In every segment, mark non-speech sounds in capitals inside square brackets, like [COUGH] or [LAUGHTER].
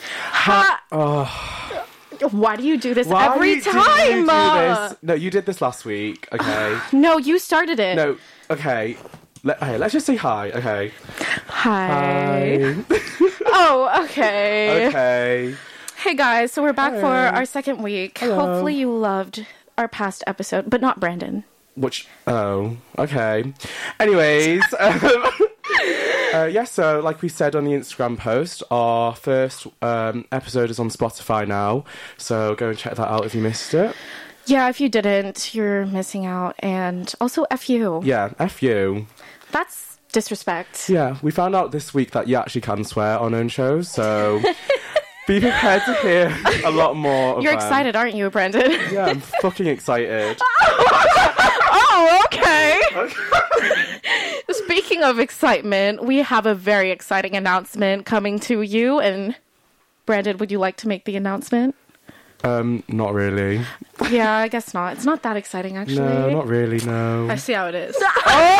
Ha- Why do you do this Oh, Why every did you time? do uh? this? No, you did this last week. Okay. [LAUGHS] No, you started it. no. Okay. Let, hey, let's just say hi. Okay. Hi. [LAUGHS] Oh, okay. Okay. Hey guys, so we're back for Hey. our second week. Hopefully you loved our past episode, but not Brandon. Which oh okay. Anyways, [LAUGHS] um, uh, yeah. So like we said on the Instagram post, our first um, episode is on Spotify now. So go and check that out if you missed it. Yeah, if you didn't, you're missing out. And also, F you. Yeah, f you. That's disrespect. Yeah, we found out this week that you actually can swear on own shows. [LAUGHS] So be prepared to hear a lot more. Of You're them. excited, aren't you, Brandon? Yeah, I'm fucking [LAUGHS] excited. Oh, okay. [LAUGHS] Speaking of excitement, we have a very exciting announcement coming to you. And Brandon, would you like to make the announcement? Um, not really. Yeah, I guess not. It's not that exciting, actually. No, not really. No. I see how it is.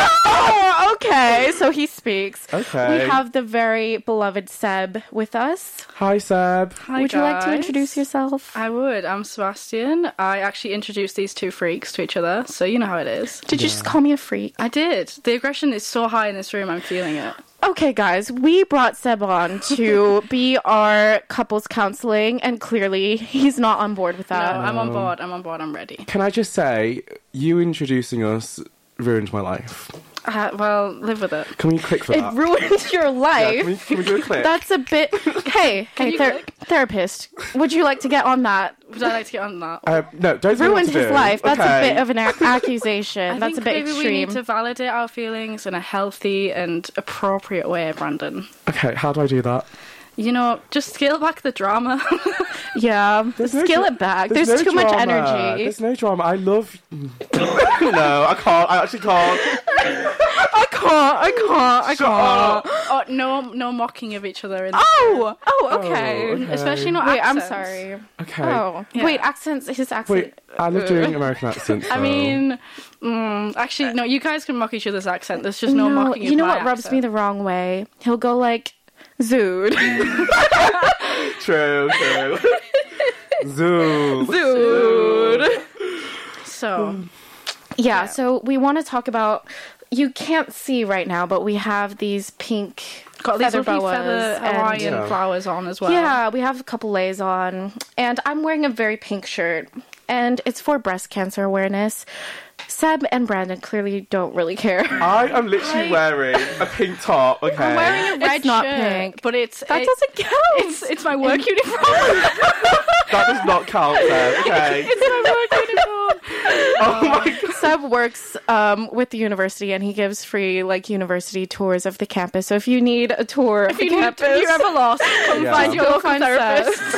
Oh, okay. So he speaks. Okay. We have the very beloved Seb with us. Hi, Seb. Hi, Would you like to guys. introduce yourself? I would. I'm Sebastian. I actually introduced these two freaks to each other, so you know how it is. Did you just call me a freak? I did. The aggression is so high in this room, I'm feeling it. Okay, guys, we brought Seb on [LAUGHS] to be our couples counseling, and clearly he's not on board with No, that. I'm on board. I'm on board. I'm ready. Can I just say, you introducing us ruined my life. Uh, well, live with it. Can we click for [LAUGHS] It that? ruined your life. Can we, can we do a click? That's a bit. [LAUGHS] Hey, hey, you ther- click? therapist, would you like to get [LAUGHS] on that? Would I like to get on that? Uh, no, don't tell me what Ruined to his do. life. That's Okay. [LAUGHS] a bit of an a- accusation. [LAUGHS] I That's a bit think maybe extreme. we need to validate our feelings in a healthy and appropriate way, Brandon. Okay, how do I do that? You know, just scale back the drama. [LAUGHS] Yeah, no scale dra- it back. There's, no too much drama. energy. There's no drama. I love. [LAUGHS] no, I can't. I actually can't. I can't. I can't. [LAUGHS] I Shut up. oh, no, no mocking of each other, in Oh. Oh. Okay. okay. especially not. Wait. I'm accents. sorry. Okay. Oh. Yeah. Wait. Accents. His accent. Wait, I love doing American accents. I though. mean, mm, actually, no. You guys can mock each other's accent. There's just no, mocking. Uh, you know what rubs me the wrong way? He'll go like, "Zood." true, true. Zoom. Dude. Hmm. the so Yeah, so we want to talk about. You can't see right now, but we have these pink got these feather lovely boas. feather and- Hawaiian Yeah. flowers on as well. Yeah, we have a couple lays on, and I'm wearing a very pink shirt, and it's for breast cancer awareness. Seb and Brandon clearly don't really care. I am literally wearing a pink top. Okay. I'm wearing a red It's not shirt, pink. but it's that it- doesn't count. It's, it's my work uniform. That does not count, Seb. Okay. it's my work [LAUGHS] uniform. oh my god. Um, Seb works um, with the university, and he gives free like university tours of the campus. So if you need a tour of the You need- campus, You're ever lost. Come Yeah. find your Go local find therapist. [LAUGHS]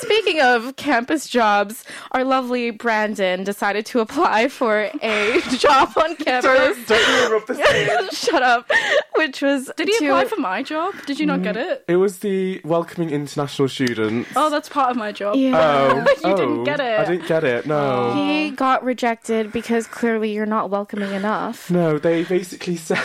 Speaking of campus jobs, our lovely Brandon decided to apply for [LAUGHS] a job on campus. Don't, don't really rub this in. Shut up. Which was Did he to- Mm. apply for my job? Did you not get it? It was the welcoming international students. Oh, that's part of my job. Yeah. Oh, You didn't oh, get it. I didn't get it. No. He got rejected because clearly you're not welcoming enough. No, they basically said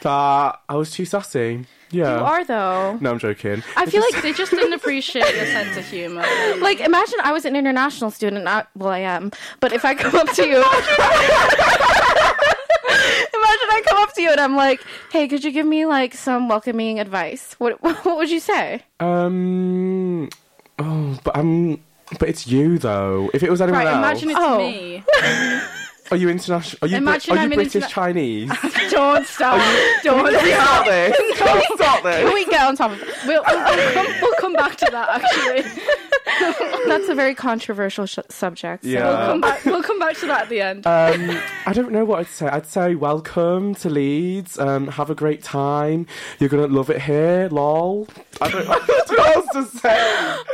that I was too sassy. Yeah. You are though. No, I'm joking. I feel like They just didn't appreciate your sense of [LAUGHS] humor. like imagine I was an international student. I, well, I am, but if I come up [LAUGHS] to you, imagine I come up to you and I'm like, "Hey, could you give me like some welcoming advice?" What what would you say? Um. Oh, but I'm. But it's you though. If it was anyone Right, else, imagine it's Oh. [LAUGHS] me. are you international? Are you Brit- Imagine are you I'm an British interna- Chinese? [LAUGHS] Don't stop. Don't Can we [LAUGHS] stop this. Can we stop Can [LAUGHS] this. we get on top of it? We'll, we'll, come, we'll come back to that actually. That's a very controversial sh- subject. so- We'll, Yeah. come back, we'll come back to that at the end. Um, I don't know what I'd say. I'd say welcome to Leeds. Um, have a great time. You're gonna love it here. Lol. I don't, [LAUGHS] I don't know what else to say.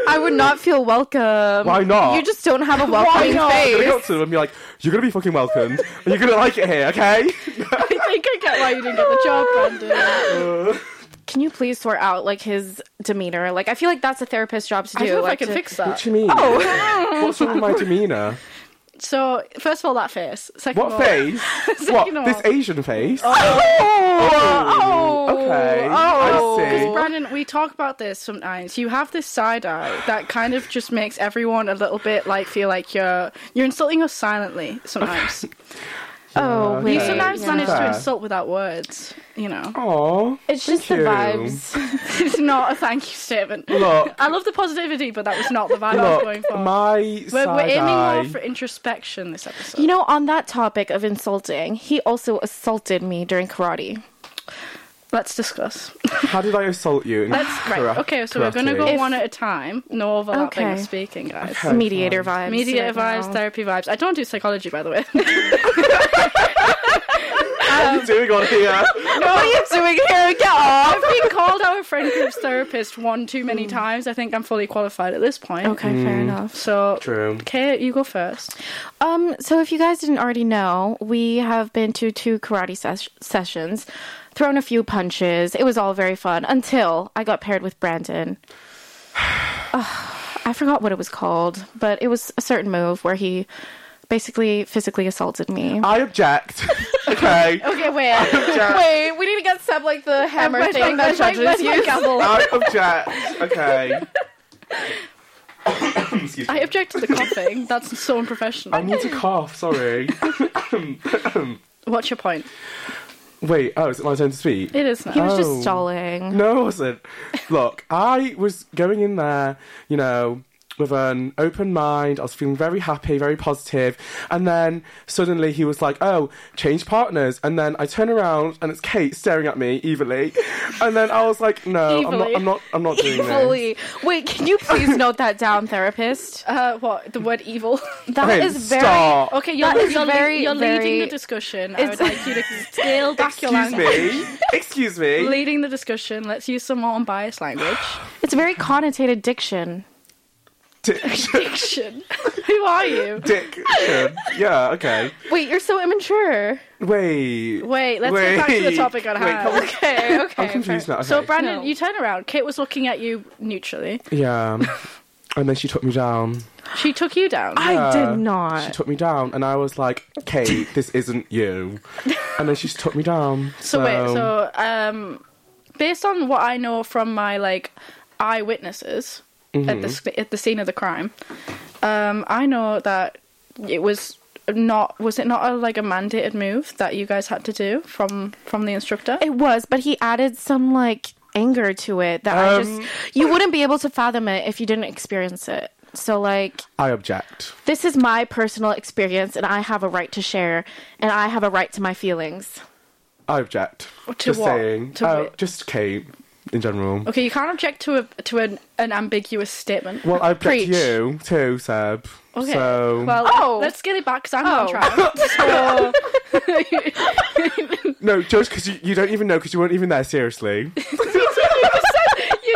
I would not feel welcome. Why not? You just don't [LAUGHS] have a welcoming not? I'm gonna go face. up to them and be like, "You're gonna be fucking welcomed, and you're gonna like it here, okay?" [LAUGHS] I think I get why you didn't get the [LAUGHS] job, Brandon. Can you please sort out like his demeanor? Like I feel like that's a therapist's job to do. I feel like, like I can to- fix What that. do you mean? Oh. What's wrong with my demeanor? So, first of all, that face. Second What of all, face? what Second of this all- Asian face? Oh, oh, okay, I see. Brian Brandon, we talk about this sometimes. You have this side eye that kind of just makes everyone a little bit like feel like you're you're insulting us silently [LAUGHS] sometimes. Oh, wait. You sometimes yeah. manage to Fair. insult without words, you know. [LAUGHS] Aw, It's thank just the you. vibes. it's not a thank you statement. Look. I love the positivity, but that was not the vibe I was going Look, for. my we're, we're side aiming eye. more for introspection this episode. You know, on that topic of insulting, he also assaulted me during karate. Let's discuss. How did I assault you? In Let's right. kara- okay, so we're going to karate? go If- one at a time. No overlapping of Okay. speaking, guys. Okay. Mediator vibes. Media right vibes, now. therapy vibes. I don't do psychology, by the way. [LAUGHS] What um, are you doing on here? What are you doing here? Get off! I've [LAUGHS] been called our friend group's therapist one too many times. I think I'm fully qualified at this point. Mm. Okay, fair enough. So, True. Kate, you go first. Um, so if you guys didn't already know, we have been to two karate ses- sessions, thrown a few punches. It was all very fun until I got paired with Brandon. [SIGHS] Ugh, I forgot what it was called, but it was a certain move where he basically physically assaulted me. I [LAUGHS] object. okay. Okay, [LAUGHS] wait. wait, we need to get Seb like the hammer Where's my- thing that where's my- judges where's my use. gavel? I object. Okay. [COUGHS] Excuse I me. object to the [LAUGHS] coughing. That's so unprofessional. I need to cough, sorry. What's your point? Wait, oh, is it my turn to speak? It is He now. was Oh. just [LAUGHS] [LAUGHS] stalling. No, it wasn't. Look, I was going in there, you know, with an open mind. I was feeling very happy, very positive, and then suddenly he was like, "Oh, change partners." And then I turn around and it's Kate staring at me evilly, and then I was like, "No, I'm not. Evilly. I'm not. I'm not doing this." Fully. Wait, can you please note that down, therapist? Uh, what? The word evil? [LAUGHS] That Okay, is very. stop. okay, you're, That is you're, le- very, you're leading very- the discussion. I would It's- like [LAUGHS] you to scale back your Excuse language. me. Excuse [LAUGHS] me. Leading the discussion. Let's use some more unbiased language. [LAUGHS] [LAUGHS] It's very connotated diction. [LAUGHS] Diction. Diction. Who are you? Diction. Yeah. Okay. Wait, you're so immature. Wait. Wait, let's get back to the Wait. topic on Wait, hand. [LAUGHS] can we- Okay, [LAUGHS] okay. I'm confused now. Okay. So, Brandon, No. you turn around. Kate was looking at you neutrally. [LAUGHS] yeah. And then she took me down. She took you down. I Yeah. did She not. took me down, and I was like, "Kate, this isn't [LAUGHS] you." And then she just took me down. So, wait, so um, based on what I know from my like eyewitnesses at Mm-hmm. the sc- at the scene of the crime, um, I know that it was not was it not a, like a mandated move that you guys had to do from from the instructor? It was, but he added some like anger to it that I Um. just you wouldn't be able to fathom it if you didn't experience it. So like I object. this is my personal experience and I have a right to share and I have a right to my feelings. I object. To just what? saying. To Uh, whi- just Kate in general. Okay, you can't object to a to an, an ambiguous statement. Well, I object Preach. to you too, Seb. Okay. So well, Oh. let's get it back because I'm not Oh. [LAUGHS] trying. no, just because you, you don't even know because you weren't even there. Seriously. you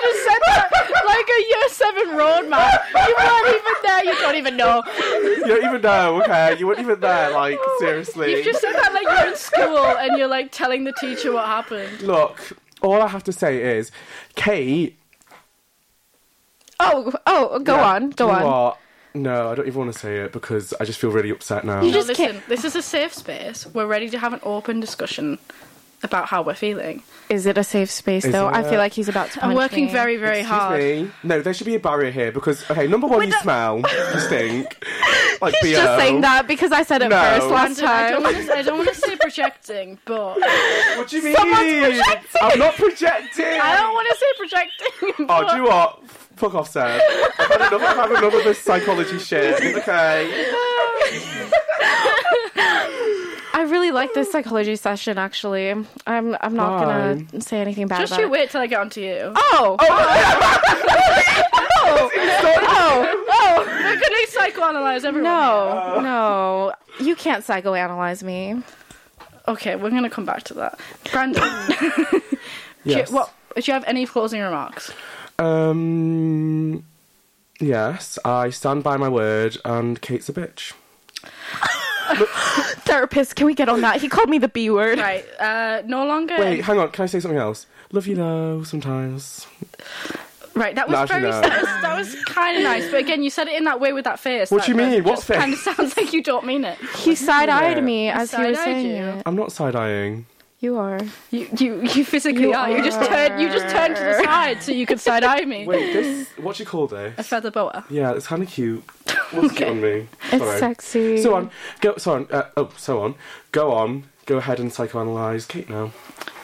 just said that like a year seven road man. You weren't even there. You don't even know. you don't even know. Okay, you weren't even there. [LAUGHS] Like seriously. You Oh just said that like you're in school and you're like telling the teacher what happened. Look, all I have to say is, Kate. Oh, oh, go Yeah, on, go Uh, you on. are- No, I don't even want to say it because I just feel really upset now. You No, just listen, can't- this is a safe space. We're ready to have an open discussion about how we're feeling. Is it a safe space Is though? I it? feel like he's about to punch I'm working me. very, very Excuse hard. me. No, there should be a barrier here because okay, number one, you don't- smell, [LAUGHS] you stink, like He's BO. just saying that because I said it No. first last Brandon, I don't time. wanna- I don't want to [LAUGHS] say projecting, but What do you mean? I'm not projecting. I don't want to say projecting. Oh, but- do you what? Fuck off, Sam. I've had enough. I've had enough of this psychology shit. Okay. I really like this psychology session. Actually, I'm I'm not gonna say anything bad Just about you it. wait till I get onto [LAUGHS] you. Oh, [LAUGHS] [LAUGHS] oh, oh, We're gonna psychoanalyze everyone. no, no, you can't psychoanalyze me. Okay, we're gonna come back to that. [LAUGHS] Brandon, Yes. do, you, [LAUGHS] what, do you have any closing remarks? Um. Yes, I stand by my word, and Kate's a bitch. Therapist, can we get on that? He called me the B word. Right, uh, no longer. Wait, hang on. Can I say something else? Love you though. Sometimes. right, that was No, actually very. no. That was, that was kind of nice, but again, you said it in that way with that face. What do you mean? What face? Kind of sounds like you don't mean it. He side eyed Yeah. me as he was side-eyed saying you. it. I'm not side eyeing. You are. You you, you physically You are. You just turned you just turned to [LAUGHS] the side so you could side eye me. Wait, [LAUGHS] this. What do you call this? A feather boa. Yeah, it's kind of cute. What's cute Okay. on me? It's sexy. So on. Go. So on. Uh, oh, so on. Go on. Go ahead and psychoanalyze Kate now.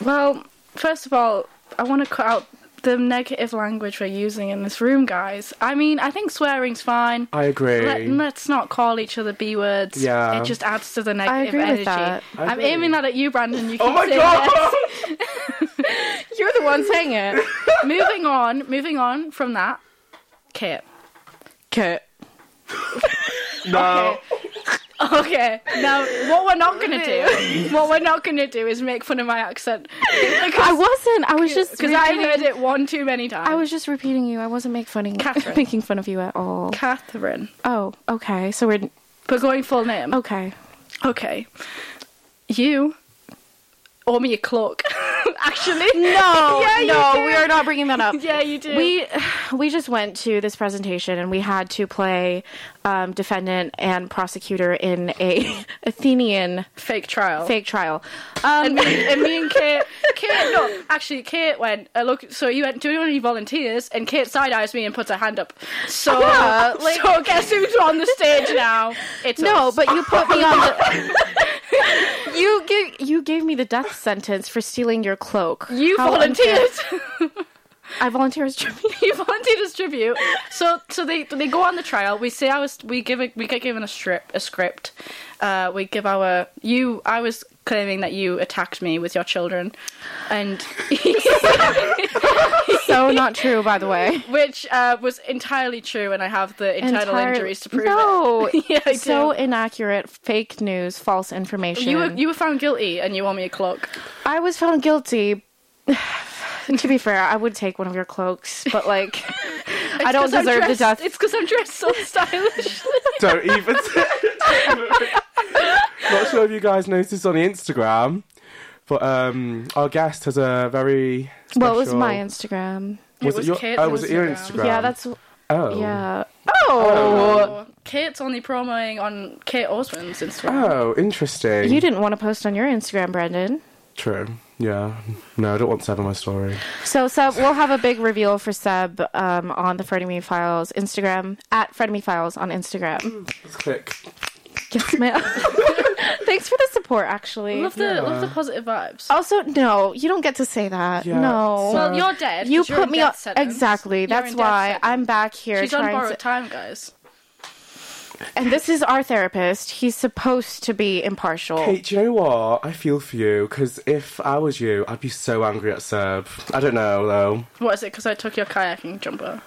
Well, first of all, I want to cut out the negative language we're using in this room, guys. I mean, I think swearing's fine. I agree. Let, let's not call each other b words. Yeah. it just adds to the negative agree with energy. that. I I'm agree. aiming that at you, Brandon. You oh keep my saying [LAUGHS] [LAUGHS] god! You're the one saying it. that. moving on, moving on from that. Kit. [LAUGHS] Kit. no. Okay, now what we're not gonna do, [LAUGHS] what we're not gonna do is make fun of my accent I wasn't. I was just because I repeating- heard it one too many times. I was just repeating you. I wasn't make fun Catherine. making fun of you at all. Catherine, Oh, okay. So we're but going full name. okay. Okay, you or me a cloak, [LAUGHS] actually. [LAUGHS] No, [LAUGHS] yeah, you no, do. we are not bringing [LAUGHS] that up. Yeah, you do. We [SIGHS] we just went to this presentation and we had to play um, defendant and prosecutor in a [LAUGHS] Athenian fake trial. fake trial. Um, And me, and me and Kate, Kate, no, actually, Kate went, uh, look, so you went, do you want any volunteers? And Kate side eyes me and puts her hand up. So, uh, Yeah, like- so guess who's on the stage now? It's no, us. but you put me on [LAUGHS] the. you gave you gave me the death sentence for stealing your cloak. you How volunteered. unfair. I volunteered as tribute. [LAUGHS] you volunteered as tribute. So so they they go on the trial. We say I was we give a, we get given a strip a script. Uh, we give our you I was claiming that you attacked me with your children, and [LAUGHS] [LAUGHS] So not true, by the [LAUGHS] way. which uh, was entirely true. And I have the internal Entire- injuries to prove no. it. [LAUGHS] yeah, I do. so inaccurate, fake news, false information. You were, you were found guilty and you owe me a cloak. I was found guilty. [SIGHS] to be fair, I would take one of your cloaks, but [LAUGHS] like, I don't 'Cause I'm deserve the dressed- death. It's because I'm [LAUGHS] dressed so stylish. Don't even. [LAUGHS] Not sure if you guys noticed on the Instagram, but um, our guest has a very. Special... Well, it was my Instagram. It was Kate's Oh, was it your Instagram. Instagram? Yeah, that's Oh. yeah. Oh, Kate's only promoting on Kate Osmond's Instagram. Oh, interesting. You didn't want to post on your Instagram, Brendan. True. Yeah. No, I don't want Seb in my story. So Seb, we'll have a big reveal for Seb um, on the Frenemy Files Instagram at Frenemy Files on Mm. Instagram. Let's click. yes, ma'am. [LAUGHS] Thanks for the support. Actually, Love the love the positive vibes. Also, no, you don't get to say that. Yeah, no. so- Well, you're dead. you 'cause you're put in me death on. sentence. Exactly. You're That's in death why sentence. I'm back here She's on trying borrowed to. time, guys. [LAUGHS] And this is our therapist. He's supposed to be impartial. Hey, do you know what? I feel for you because if I was you, I'd be so angry at Seb. I don't know though. What is it? Because I took your kayaking jumper.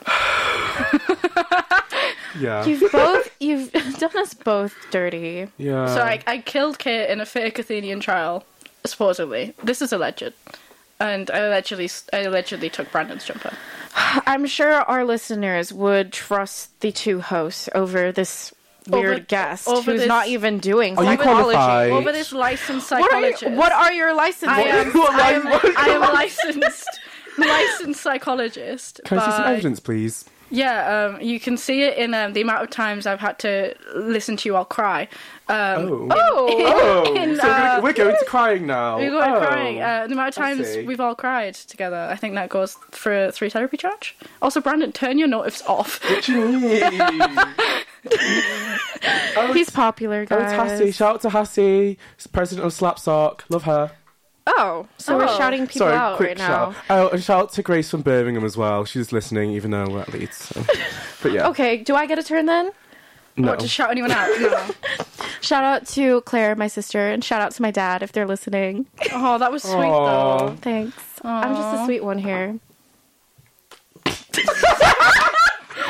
Yeah. You've both. You've [LAUGHS] done us both dirty. Yeah. [LAUGHS] so I, I killed Kate in a fake Athenian trial, supposedly. This is alleged. And I allegedly, I allegedly took Brandon's jumper. I'm sure our listeners would trust the two hosts over this weird Over- guest over who's this- not even doing Are you psychology. qualified? Over this licensed What are, psychologist. you, what are your licenses? I am, What I am, license- I am licensed, licensed psychologist. Can I see some by- evidence, please? Yeah, um, you can see it in um, the amount of times I've had to listen to you all cry. Um, Oh. [LAUGHS] oh, Oh, in, so uh, we're, we're going to crying now. We got oh. crying. Uh, the amount of I times see. we've all cried together, I think that goes for three therapy charge. Also, Brandon, turn your notifs [LAUGHS] off. Jeez. he's popular, oh, guys. it's Hassie. Shout out to Hassie, president of Slapsock. Love her. Oh, so we're Oh. shouting people Sorry, out quick right now. shout. Oh, and shout out to Grace from Birmingham as well. She's listening, even though we're at Leeds. so. But yeah. [LAUGHS] Okay, do I get a turn then? No. Not to shout anyone out. [LAUGHS] No. Shout out to Claire, my sister, and shout out to my dad if they're listening. oh, that was sweet Aw. though. Thanks. I'm just a Aw. sweet one here.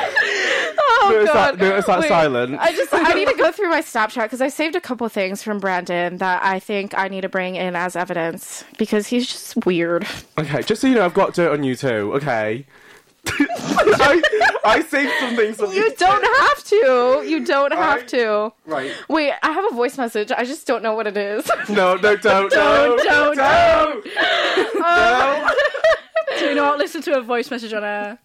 notice God. that, notice that Wait. silence. I just I need to go through my Snapchat because I saved a couple things from Brandon that I think I need to bring in as evidence because he's just weird. Okay, just so you know, I've got dirt on you too. Okay. [LAUGHS] I, I saved some things. From [LAUGHS] You don't have to. You don't have to. Right. Wait, I have a voice message. I just don't know what it is. [LAUGHS] No, no, don't, Don't, no, don't, don't. No. Oh. Do not listen to a voice message on air.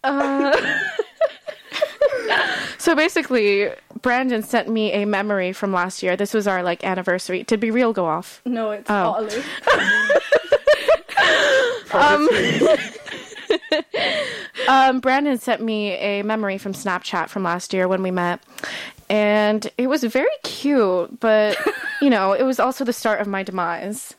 So basically, Brandon sent me a memory from last year. This was our like anniversary. Did Be Real go off? No, it's Oh. Otterloo. Um, Brandon sent me a memory from Snapchat from last year when we met, and it was very [LAUGHS] cute, but you know, it was also the start of my demise.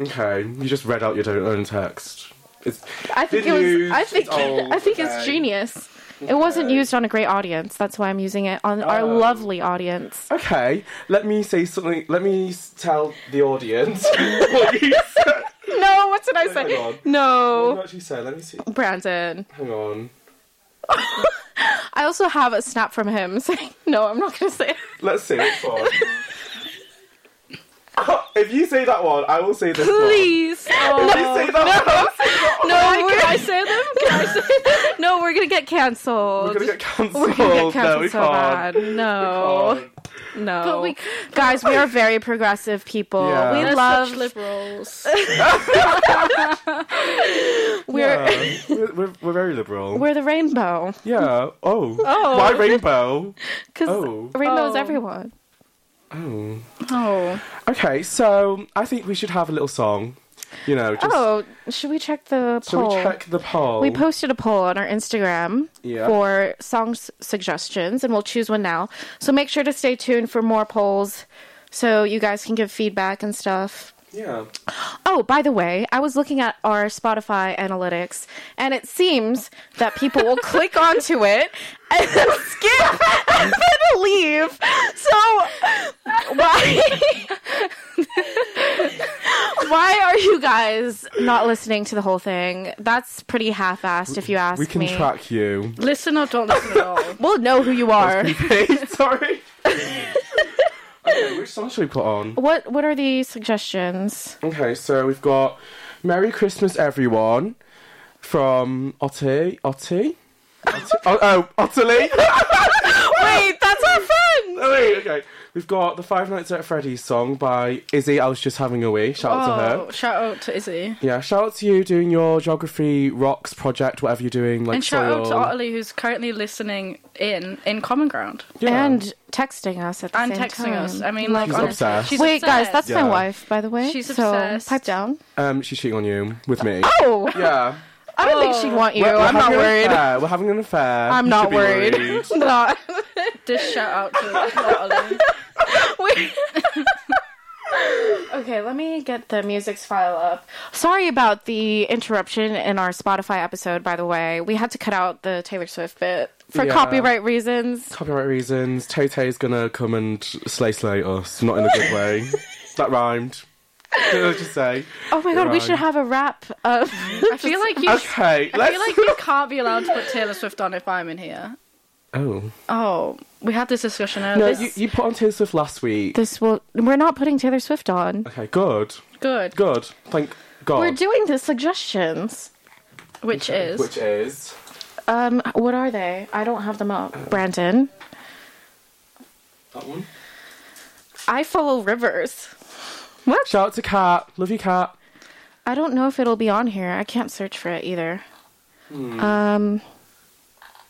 Okay, you just read out your own text. It's, I think been it was. used, I think. it's old, [LAUGHS] I think okay. it's genius. It wasn't used on a great audience. That's why I'm using it on our Oh. lovely audience. [LAUGHS] Okay, let me say something. Let me s- tell the audience [LAUGHS] what you said. No, what did I Hang say? on. No, What you said? Let me see. Brandon. Hang on. I also have a snap from him [LAUGHS] saying, "No, I'm not going to say it." Let's see. Which [LAUGHS] one? [LAUGHS] if you say that one, I will say this Please. one. Oh. If you say that one, [LAUGHS] No, Can we're, I say them? Can I say no, we're going to get canceled. we're gonna get cancelled. We're gonna get Oh, no, canceled we so can't. bad. No, Can't. no. But we- Oh. guys, we are very progressive people. Yeah. We They're love. Uh. such liberals. we're Yeah, we're, we're, we're very liberal. we're the rainbow yeah. Oh. Oh. Why rainbow? because Oh. rainbow is Oh. everyone. Oh. oh. Okay, so I think we should have a little song. You know, just. Oh, should we check the Shall poll? we check the poll? We posted a poll on our Instagram Yeah. for song s- suggestions, and we'll choose one now. So make sure to stay tuned for more polls so you guys can give feedback and stuff. Yeah. Oh, by the way, I was looking at our Spotify analytics, and it seems that people [LAUGHS] will click onto it and [LAUGHS] then skip and then leave. So, why? [LAUGHS] why are you guys not listening to the whole thing? That's pretty half-assed, if you ask We can me. track you. [LAUGHS] Listen or don't listen [LAUGHS] at all. We'll know who you are. Sorry. okay, which song should we put on? What What are the suggestions? Okay, so we've got Merry Christmas Everyone from Otti. Otti? Otti- oh, oh, Otterly! Wait, that's our friend. Oh, wait, okay. We've got the Five Nights at Freddy's song by Izzy. I was just having a wee. Shout out to Oh, her. shout out to Izzy. Yeah, shout out to you doing your geography rocks project, whatever you're doing. Like And shout out to soil. Otterly, who's currently listening in in Common Ground Yeah. And texting us at the and same texting us. time. I mean, like, She's honestly, obsessed. she's Wait, guys, obsessed. that's my Yeah. wife, by the way. She's so obsessed. pipe down. Um, she's cheating on you with me. Ah! Oh, Yeah. I don't think she'd want you. We're- we're I'm not having an worried. affair. We're having an affair. I'm You not should be worried. [LAUGHS] Not. This shout out to Otterly. okay, let me get the music's file up. Sorry about the interruption in our Spotify episode, by the way. We had to cut out the Taylor Swift bit for Yeah. copyright reasons. Copyright reasons. Tote's gonna come and slay slay us. Not in a good [LAUGHS] way. that rhymed. Did I just say? Oh my god, we should Right. have a wrap of. I feel like you. Okay, I let's. feel like you can't be allowed to put Taylor Swift on if I'm in here. [LAUGHS] oh Oh, we had this discussion earlier. no, This- you, you put on Taylor Swift last week. [LAUGHS] this will. We're not putting Taylor Swift on. Okay, good, Good. good. Thank God. We're doing the suggestions. Which is. Which is Um, what are they? I don't have them up. Brandon, that one. I follow rivers. Shout out to Cat. Love you, Cat. I don't know if it'll be on here. I can't search for it either. Um,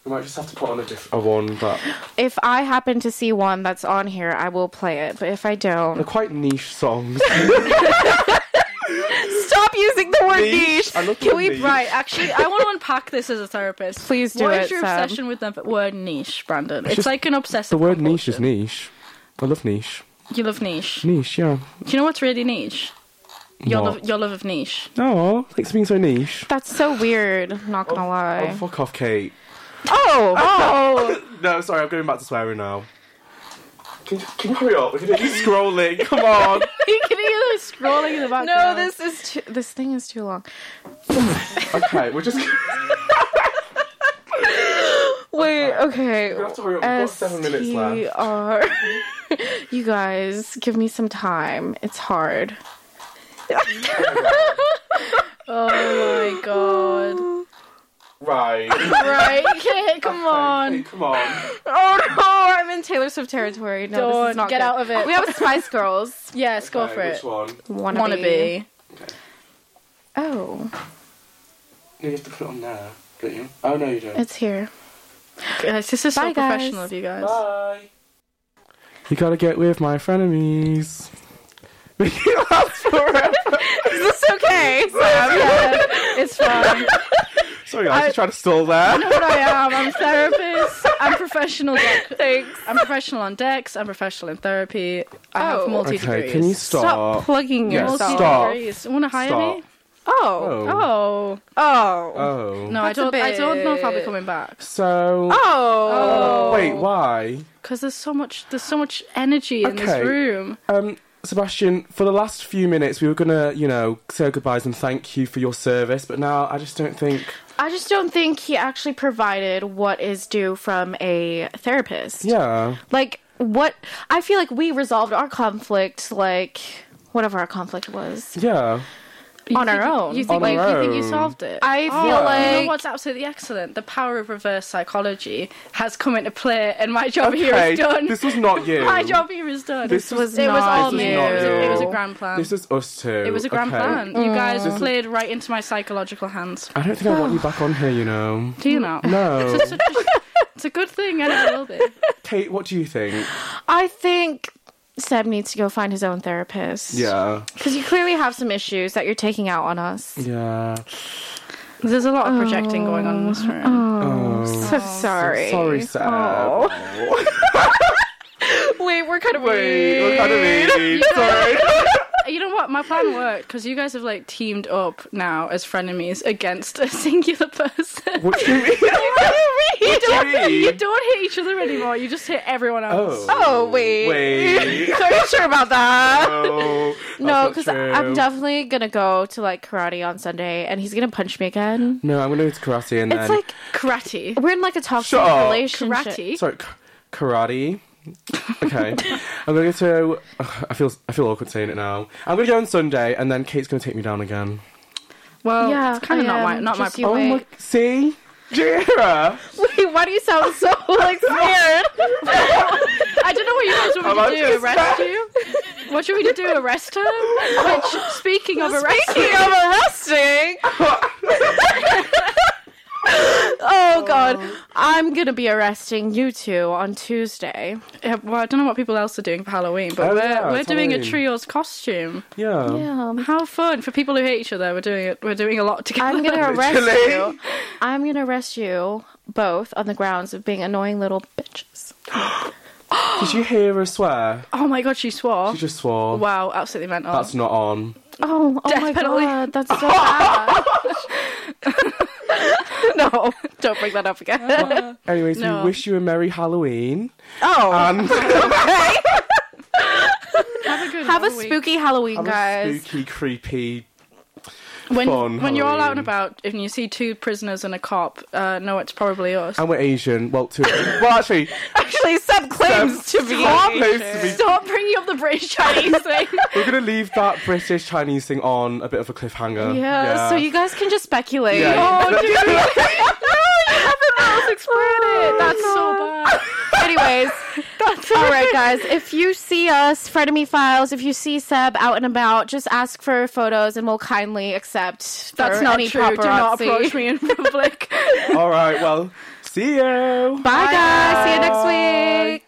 We might just have to put on a diff- a one that if I happen to see one that's on here, I will play it. But if I [LAUGHS] they're don't, quite niche songs. [LAUGHS] stop using the word Niche. niche. I love the Can we? niche. Right, actually, I want to unpack this as a therapist. Please do What it, is your Sam. obsession with the word niche, Brandon? It's, just- like an obsessive. the word niche is compulsion. niche. I love niche. You love niche. Niche, yeah. Do you know what's really niche? Your What? love, your love of niche. Oh, thanks for being so niche. That's so weird. I'm not gonna Oh, lie. fuck off, Kate. Oh, [LAUGHS] oh, No, sorry, I'm going back to swearing now. Can, can you hurry up? Look [LAUGHS] at you scrolling. Come on. you can hear them scrolling in the background. no! This is too, this thing is too long. Okay, we're just. Wait, okay. have to hurry up. We've got seven minutes left. STR. [LAUGHS] you guys, give me some time. It's hard. Oh my [LAUGHS] god! right. Right, [LAUGHS] okay, come Okay, on. come on. Oh no, I'm in Taylor Swift territory. No, this Don't. is not Get good. out of it. We have [LAUGHS] Spice Girls. Yes, go Okay, for Which it. one? Wannabe. Wannabe. Oh, You have to put it on there, don't you? Oh, no, you don't. it's here. Guys, this is so Bye, guys. professional of you guys. Bye. You gotta get with my frenemies. [LAUGHS] it lasts forever. [LAUGHS] Is this okay? [LAUGHS] Sam? it's fine. Sorry, I was just trying to stall there. what I am. I'm a therapist. I'm professional. Doc- Thanks. I'm professional on decks. I'm professional in therapy. I Oh. have multi Okay, degrees. can you Stop, stop? plugging Yeah, yourself. Multi stop. degrees. Want to hire Stop. me? Oh. Oh. Oh Oh. Oh. Oh. no, That's a I don't. I don't know if I'll be bit- coming back So. Oh. Oh. Wait, why? because there's so much. There's so much energy in Okay. this room. Um, Sebastian, for the last few minutes, we were gonna, you know, say our goodbyes and thank you for your service, but now I just don't think. I just don't think he actually provided what is due from a therapist. Yeah. Like what I feel like we resolved our conflict like whatever our conflict was. Yeah. You On think- our own. You think, On you, our you think you own. solved it? I Oh, feel You like know what's absolutely excellent? The power of reverse psychology has come into play, and my job here Okay, is Oh, done. this was not you. [LAUGHS] my job here is done. This was it was not all you. me. It was, a, it was a No. grand plan. This is us two. it was a grand okay? Mm. plan. You guys played right into my psychological hands. I don't think I want you back on here, [SIGHS] you know. Do you know? No. [LAUGHS] It's, such a, it's a good thing, and it will be. Kate, what do you think? I think Seb needs to go find his own therapist. Yeah. Cuz you clearly have some issues that you're taking out on us. Yeah. There's a lot of projecting going on in this room. Oh. So sorry. Oh. Sorry, Seb. Wait, we're kind of Wait, we're kind of [LAUGHS] mean. Sorry. You know what? My plan worked because you guys have like teamed up now as frenemies against a [LAUGHS] singular person. What do you mean? [LAUGHS] you, don't, mean? you don't hit each other anymore. You just hit everyone else. Oh. Oh, wait. Wait. So are you sure about that? [LAUGHS] No. [LAUGHS] No, that's because not I'm true. definitely gonna go to like karate on Sunday, and he's gonna punch me again. No, I'm gonna go to karate and It's then. like Karate. we're in like a toxic Shut up. relationship. Karate. Sorry, k- karate. Okay, I'm gonna go to. ugh, I feel I feel awkward saying it now. I'm gonna go on Sunday, and then Kate's gonna take me down again. Well, Yeah, Oh, it's kind of I not my am. not my Just problem. you- Oh my! Wait. See, Jira. Wait, why do you [LAUGHS] sound so like scared? I don't know what you guys I'm want me to do. just- Arrest you? What do you want me to do? Arrest [LAUGHS] her? Which, speaking of arresting, Speaking of arresting. [LAUGHS] oh god, I'm gonna be arresting you two on Tuesday. Yeah, well, I don't know what people else are doing for Halloween, but Oh, we're yeah, we're it's doing a Halloween. trio's costume. Yeah. Yeah. How fun for people who hate each other. We're doing it. We're doing a lot together. [LAUGHS] I'm gonna arrest Literally. you. I'm gonna arrest you both on the grounds of being annoying little bitches. [GASPS] Did you hear her swear? oh my god, she swore. She just swore. Wow, absolutely mental. That's not on. Oh, oh my Definitely. god, [LAUGHS] that's so bad. no, [LAUGHS] don't bring that up again. Anyways, No. we wish you a merry Halloween. Oh, [LAUGHS] And [LAUGHS] Have a good have a Halloween. spooky Halloween, have a guys. spooky, creepy. when, fun when you're all out Halloween. and about and you see two prisoners and a cop, uh, no, it's probably us. And we're Asian. Well, two. [LAUGHS] well, [LAUGHS] actually, Actually, Seb claims Seb to be. claims to be Stop bringing up the [LAUGHS] British Chinese thing. We're gonna leave that British Chinese thing on a bit of a cliffhanger. Yeah, so you guys can just speculate. Yeah. [LAUGHS] oh, dude, you haven't let us explain it. That's so bad. [LAUGHS] [LAUGHS] Anyways, all right, guys. If you see us, Frenemy Files, if you see Seb out and about, just ask for photos and we'll kindly accept. That's for not any true. Do not paparazzi. approach me in [LAUGHS] public. All right. Well, see you. Bye, guys. See you next week.